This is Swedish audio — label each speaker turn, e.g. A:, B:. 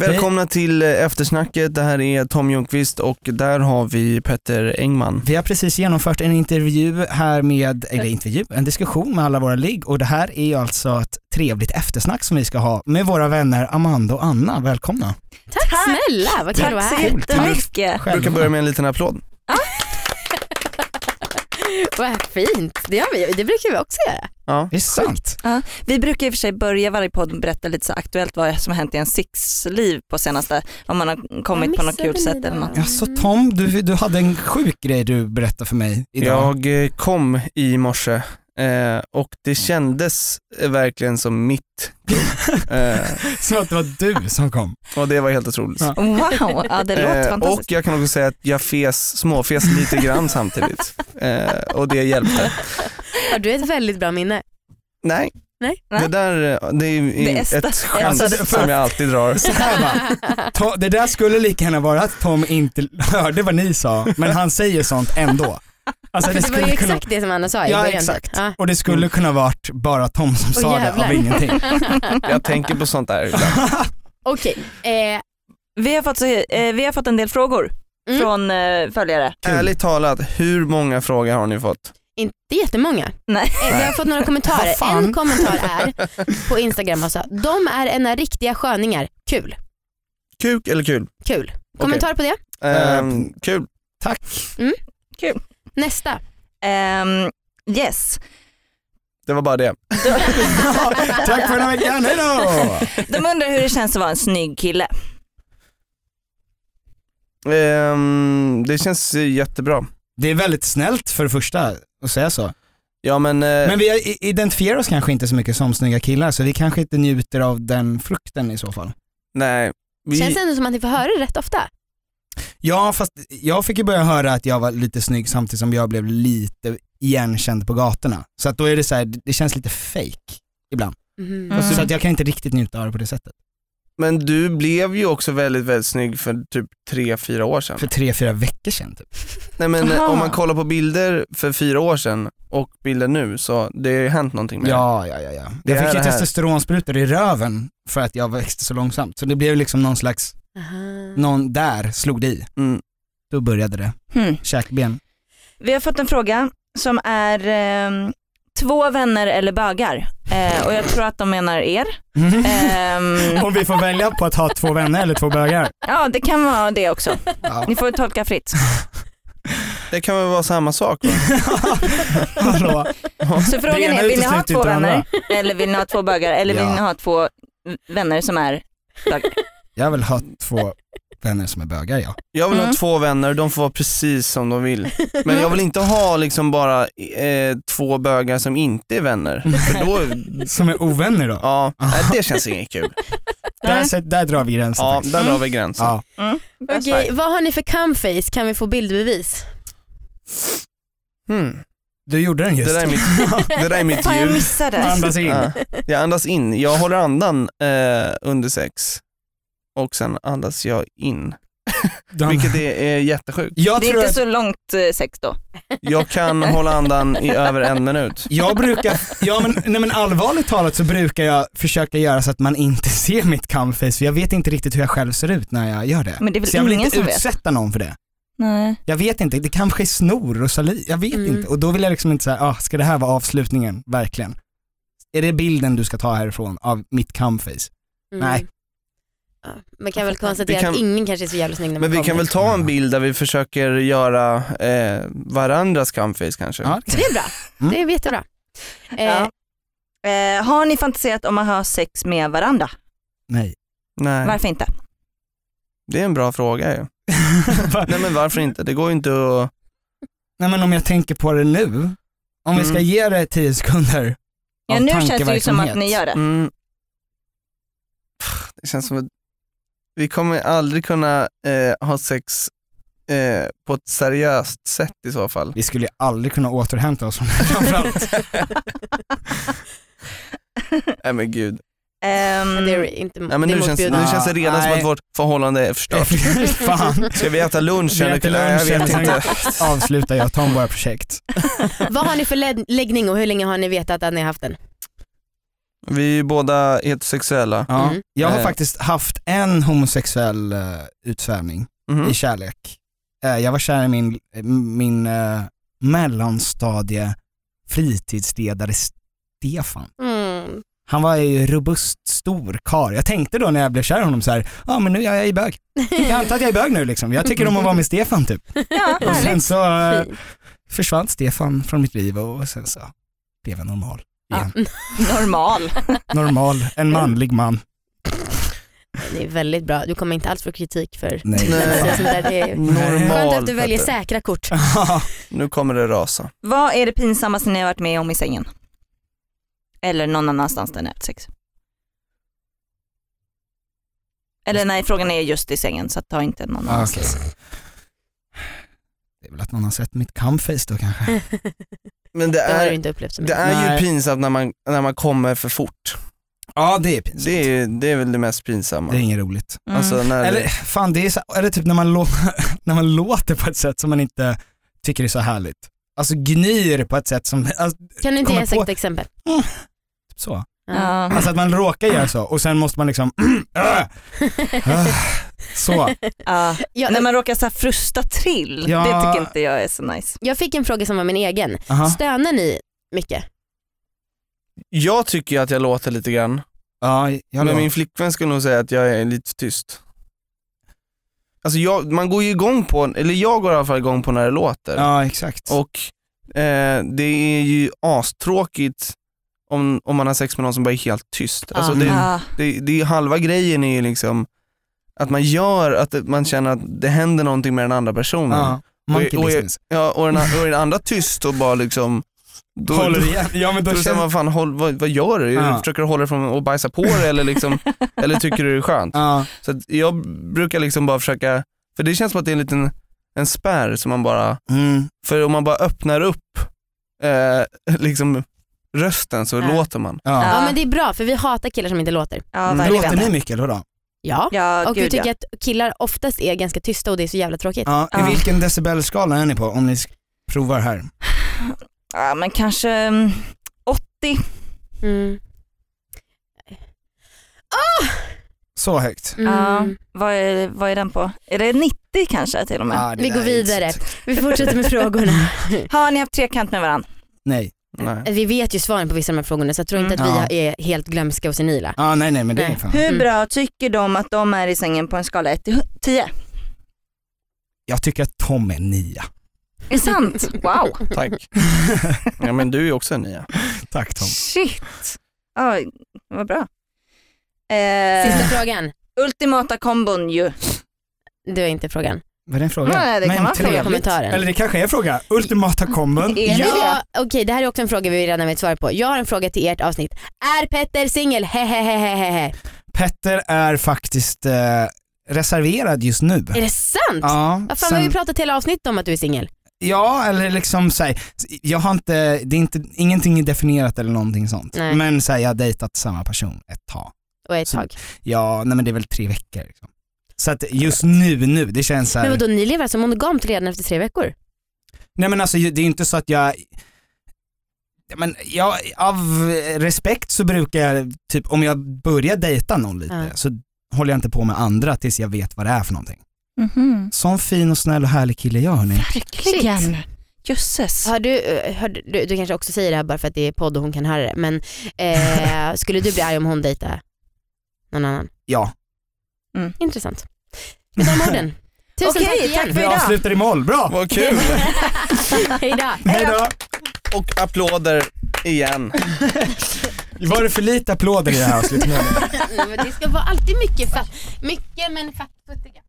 A: Välkomna till eh, eftersnacket, det här är Tom Ljungqvist och där har vi Petter Engman.
B: Vi har precis genomfört en intervju här med, eller intervju, en diskussion med alla våra ligg och det här är ju alltså ett trevligt eftersnack som vi ska ha med våra vänner Amanda och Anna. Välkomna!
C: Tack, snälla, vad kul att vara
D: Tack så
C: här.
D: jättemycket.
A: Jag brukar börja med en liten applåd.
C: Vad fint, det, gör vi. ju. det brukar vi också göra.
A: Ja.
B: Det är sant.
D: Ja, vi brukar i och för sig börja varje podd och berätta lite så aktuellt vad som har hänt i ens sexliv på senaste, om man har kommit på något kul sätt eller något.
B: Alltså Tom, du, du hade en sjuk grej du berättade för mig idag.
A: Jag eh, kom i morse eh, och det kändes eh, verkligen som mitt eh,
B: Som att det var du som kom.
A: och det var helt otroligt.
B: Ja.
D: Wow, ja, det låter
A: Eh, och
D: fantastiskt.
A: jag kan också säga att jag fes, småfes lite grann samtidigt eh, och det hjälpte.
C: Har du ett väldigt bra minne?
A: Nej,
C: Nej.
A: det där eh, det är ju
D: Det är
A: ett
D: st-
A: skämt
B: Alltså, det-
A: som jag alltid drar.
B: Så här va, To- det där skulle lika gärna vara att Tom inte hörde vad ni sa, men han säger sånt ändå. Alltså,
C: För det var ju
B: skulle kunna-
C: exakt det som Anna sa i
B: Ja
C: början.
B: exakt,
C: Ja.
B: och det skulle kunna varit bara Tom som
C: Åh,
B: sa det
C: jävlar.
B: av ingenting.
A: Jag tänker på sånt där ibland.
C: Okej, eh,
D: Vi, har fått så, eh, vi har fått en del frågor
C: Mm.
D: från eh, följare.
B: Kul.
A: Ärligt talat, hur många frågor har ni fått?
C: inte jättemånga.
D: Nej.
C: Eh, vi har fått några kommentarer.
B: Vad fan?
C: En kommentar är på Instagram alltså, de är ena riktiga sköningar. Kul,
A: Kuk eller kul?
C: kul. Kommentar på det.
A: Ehm, kul.
C: Nästa.
D: Ehm, yes,
A: Det var bara det.
B: Tack för den här veckan, hejdå!
D: de undrar hur det känns att vara en snygg kille.
A: Ehm, det känns eh, jättebra.
B: Det är väldigt snällt för det första att säga så.
A: Ja men, eh,
B: Men vi i- identifierar oss kanske inte så mycket som snygga killar så vi kanske inte njuter av den frukten i så fall.
A: nej. Vi,
C: Känns ändå som att ni får höra det rätt ofta.
B: Ja fast jag fick ju börja höra att jag var lite snygg samtidigt som jag blev lite igenkänd på gatorna. Så att då är det så här, det känns lite fake ibland.
C: Mhm.
D: Mm.
B: Så att jag kan inte riktigt njuta av det på det sättet.
A: men du blev ju också väldigt, väldigt snygg för typ tre fyra år sedan.
B: För tre, fyra veckor sedan typ.
A: Nej men eh,
D: Aha.
C: Ah.
A: om man kollar på bilder för fyra år sedan och bilder nu så det har ju hänt någonting med det.
B: Ja, ja, ja. ja.
A: Det
B: Jag
A: är
B: fick ju
A: det här.
B: testosteronsprutor i röven för att jag växte så långsamt. Så det blev liksom någon slags,
C: Aha.
B: någon där slog det i.
A: Mm.
B: Då började det.
D: Hmm.
B: Käkben.
D: Vi har fått en fråga som är ehm, två vänner eller bögar. Eh, och jag tror att de menar er. Ehm,
B: Mm. Om vi får välja på att ha två vänner eller två bögar.
D: ja det kan vara det också.
B: Ja.
D: Ni får tolka fritt.
A: Det kan väl vara samma sak va?
B: Hallå.
D: Så
B: Det
D: frågan
B: ena
D: är, vill ni ha
B: utesluter
D: två
B: inte det andra.
D: vänner eller vill ni ha två bögar eller vill
B: Ja.
D: ni ha två vänner som är bögar?
B: Jag vill ha två vänner som är bögar ja.
A: Jag vill ha
D: Mm.
A: två vänner, de får vara precis som de vill. Men jag vill inte ha liksom bara eh, två bögar som inte är vänner.
B: Mm.
A: För då,
B: Som är ovänner då.
A: ja, nej, det känns inget kul.
B: Där, sätt- där drar vi gränsen
A: Ja,
B: faktiskt.
A: där drar vi gränsen.
B: Ja.
D: Mm.
C: Okej, vad har ni för camface? Kan vi få bildbevis?
A: Hmm.
B: Du gjorde den
A: Det,
B: just.
A: där är mitt, det där är mitt
D: Fan jag
A: ljud.
D: missade.
B: Andas in.
A: Ja. Jag andas in, jag håller andan eh, under sex och sen andas jag in.
B: De-
A: Vilket är, är jättesjukt.
B: Jag
D: Det är
B: tror
D: inte
B: att
D: så långt eh, sex då.
A: Jag kan hålla andan i över en minut.
B: jag brukar, ja men, nej men allvarligt talat så brukar jag försöka göra så att man inte ser mitt camface för jag vet inte riktigt hur jag själv ser ut när jag gör det.
D: Men det är väl
B: Så jag vill
D: ingen
B: inte
D: som vet?
B: utsätta någon för det.
D: Nej.
B: Jag vet inte, det kanske är snor och saliv, jag vet
C: Mm.
B: inte. Och då vill jag liksom inte säga, ah, ska det här vara avslutningen, verkligen? Är det bilden du ska ta härifrån av mitt camface?
C: Mm.
B: Nej.
C: Ja, man kan väl
A: Vi
C: konstatera
A: kan-
C: att ingen kanske är så jävla snygg när man
A: Men vi
C: kommer.
A: kan väl ta en bild där vi försöker göra eh, varandras camface kanske?
B: Ja, det kan
C: Det är bra,
B: Mm.
C: det är jättebra. Eh,
D: Ja. Eh, har ni fantiserat om att ha sex med varandra?
B: jag. Nej.
A: Nej,
D: Varför inte?
A: det är en bra fråga ju. Nej men varför inte? Det går ju inte att...
B: Nej men om jag tänker på det nu, om vi ska
A: Mm.
B: ge det 10 sekunder
D: Ja,
B: av
D: nu känns det ju som att
B: tankeverksamhet.
D: ni gör det.
A: Mm. Det känns som att vi kommer aldrig kunna eh, ha sex eh, på ett seriöst sätt i så fall.
B: Vi skulle ju aldrig kunna återhämta oss från det framförallt.
A: Nej men gud.
D: Ehm,
C: men det är inte
A: Nej, men
C: det är
A: nu, känns, nu
C: motbjudande.
A: känns det redan som
B: Nej.
A: att vårt förhållande är förstört.
B: Fan,
A: Ska vi äta lunch
B: Vi
A: eller?
B: äter
A: Nej,
B: lunch,
A: jag vet
B: jag
A: inte.
B: avslutar jag Tom våra projekt.
C: Vad har ni för led- läggning och hur länge har ni vetat att ni har haft den?
A: Vi är ju båda heterosexuella.
B: Ja.
C: Mm.
B: Jag har
A: Eh.
B: faktiskt haft en homosexuell eh, utsvävning
A: Mhm.
B: i kärlek. Eh, jag var kär i min, min eh, mellanstadie fritidsledare Stefan.
C: Mm.
B: Han var ju robust, stor karl. Jag tänkte då när jag blev kär i honom så här, ja men nu är jag i bög. Jag antar att jag är bög nu liksom. Jag tycker om att vara med Stefan typ.
D: Ja,
B: Och
D: härligt.
B: sen så eh,
C: Fint.
B: försvann Stefan från mitt liv och sen så blev jag normal.
D: Ja.
B: Igen.
D: Normal.
B: Normal, en manlig man.
C: Det är väldigt bra. Du kommer inte alls få kritik för
B: Nej.
A: Nej.
C: Alltså, sånt där, det är
A: Normal.
C: Skönt att du väljer
A: Petter.
C: säkra kort.
A: Nu kommer det rasa.
D: Vad är det pinsammaste ni har varit med om i sängen? Eller någon annanstans där ni har haft sex? Eller nej, frågan är just i sängen så ta inte någon
B: Ja,
D: annanstans.
B: Ah, okej. Det är väl att någon har sett mitt camface då kanske.
A: Men det
C: Det har du
A: är,
C: inte upplevt så
A: det
C: mycket.
A: är ju
B: Nej.
A: pinsamt när man, när man kommer för fort.
B: Ja det är pinsamt.
A: Det är, ju- det är väl det mest pinsamma.
B: Det är inget roligt.
D: Mm.
A: Alltså när
B: Eller fan det är så, eller typ när man, lå- när man låter på ett sätt som man inte tycker är så härligt. Alltså gnyr på ett sätt som, alltså,
C: Kan du inte
B: kommer
C: ge oss ett
B: på-
C: exempel?
B: så.
C: Ja.
D: ja.
B: Alltså att man råkar göra så och sen måste man liksom äh,
A: Ah,
B: äh, Så,
D: ja.
C: Ja,
D: När man råkar så här frusta till,
B: Ja.
D: det tycker inte jag är så nice.
C: jag fick en fråga som var min egen.
B: aha.
C: Stönar ni mycket?
A: Jag tycker ju att jag låter lite grann,
B: Ja, jag
A: men
B: låter.
A: min flickvän skulle nog säga att jag är lite tyst. Alltså jag, man går ju igång på, eller jag går i alla fall igång på när det låter.
B: Ja exakt.
A: Och eh, det är ju astråkigt om, om man har sex med någon som bara är helt tyst. Alltså
C: Ja.
A: det,
D: Ja.
A: det, det är halva grejen är ju liksom att man gör att det- man känner att det händer någonting med den andra personen.
B: ja. Monkey
A: Och- och-
B: business.
A: Ja, och, den, och är den andra tyst och bara liksom då,
B: Håller igen. Ja men
A: Då
B: då
A: säger
B: känner
A: man, fan, håll, vad, vad gör du?
B: Ja.
A: Försöker du hålla dig från att bajsa på dig eller, liksom, eller tycker du det är skönt?
B: Ja,
A: Så att jag brukar liksom bara försöka, för det känns som att det är en liten en spärr som man bara,
B: mm.
A: för om man bara öppnar upp eh, liksom rösten så
D: Ja.
A: låter man.
B: ja.
C: Ja men det är bra för vi hatar killar som inte låter.
D: Ja,
A: Mm.
D: verkligen.
B: Låter ni mycket eller vadå?
C: Ja.
D: Ja,
C: Och vi
D: gud
C: tycker
D: ja.
C: att killar oftast är ganska tysta och det är så jävla tråkigt.
B: Ja,
D: Ja.
B: I vilken decibelskala är ni på om ni sk- provar här?
D: ja. Men kanske mm, 80.
C: Mm. Ah!
B: Så högt?
C: Mm.
D: Ja. Vad är, vad är den på? Är det 90 kanske till och med?
B: Ja, Ah, det
C: Vi
B: där
C: går
B: är inte
C: vidare.
B: så högt.
C: Vi fortsätter med frågorna.
D: Har ni haft trekant med varandra?
B: Nej.
A: Nej.
C: Vi vet ju svaren på vissa av de här frågorna så jag tror inte
B: Mm.
C: att vi är helt glömska och senila.
B: Ja, nej nej men det är
C: Nej.
B: fan.
D: Hur
C: Mm.
D: bra tycker de att de är i sängen på en skala 1 till 10?
B: Jag tycker att Tom är nia.
D: Är det sant? Wow.
A: Tack. Ja men du är ju också en nia.
B: Tack Tom.
D: Shit. Oj, vad bra. Eh,
C: Sista frågan.
D: ultimata kombon ju.
C: Det var inte frågan.
B: Var det en fråga?
D: Nej, det kan vara en fråga.
B: trevligt.
C: Kommentaren.
B: Eller det kanske är en fråga. Ultimata kombon.
D: Är det
C: Ja, okej det här är också en fråga vi redan har ett svar på. Jag har en fråga till ert avsnitt. Är Petter singel? Hehehehehe.
B: Petter är faktiskt eh, reserverad just nu.
C: Är det sant?
B: Ja,
C: Vad fan
B: sen-
C: har vi pratat hela avsnittet om att du är singel?
B: ja, eller liksom såhär, jag har inte, det är inte, ingenting är definierat eller någonting sånt.
C: Nej.
B: Men såhär, jag har dejtat samma person ett tag.
C: Och ett
B: Så-
C: tag.
B: Ja, nej men det är väl tre veckor. Liksom. Så att just nu, nu, det känns
C: Men
B: såhär,
C: vadå ni lever alltså monogamt redan efter tre veckor?
B: nej men alltså det är inte så att jag Ja, men jag, av respekt så brukar jag, typ om jag börjar dejta någon lite,
C: Ja.
B: så håller jag inte på med andra tills jag vet vad det är för någonting.
C: Mhm.
B: Sån fin och snäll och härlig kille jag hörni.
D: Verkligen. Jösses.
C: Har du, eh, har du, du, du kanske också säger det här bara för att det är podd och hon kan höra det, men eh, skulle du bli arg om hon dejtade någon annan?
B: Ja,
D: Mm.
C: Intressant. Med de orden. Tusen
D: Okej,
C: tack igen.
D: tack för
B: vi
D: idag.
B: avslutar i moll, bra!
A: Vad kul!
C: Hejdå.
B: Hejdå!
A: Och applåder igen.
B: Var det för lite applåder i det här avslutet?
C: Nej, men det ska vara alltid mycket, fa- mycket men fattfuttiga.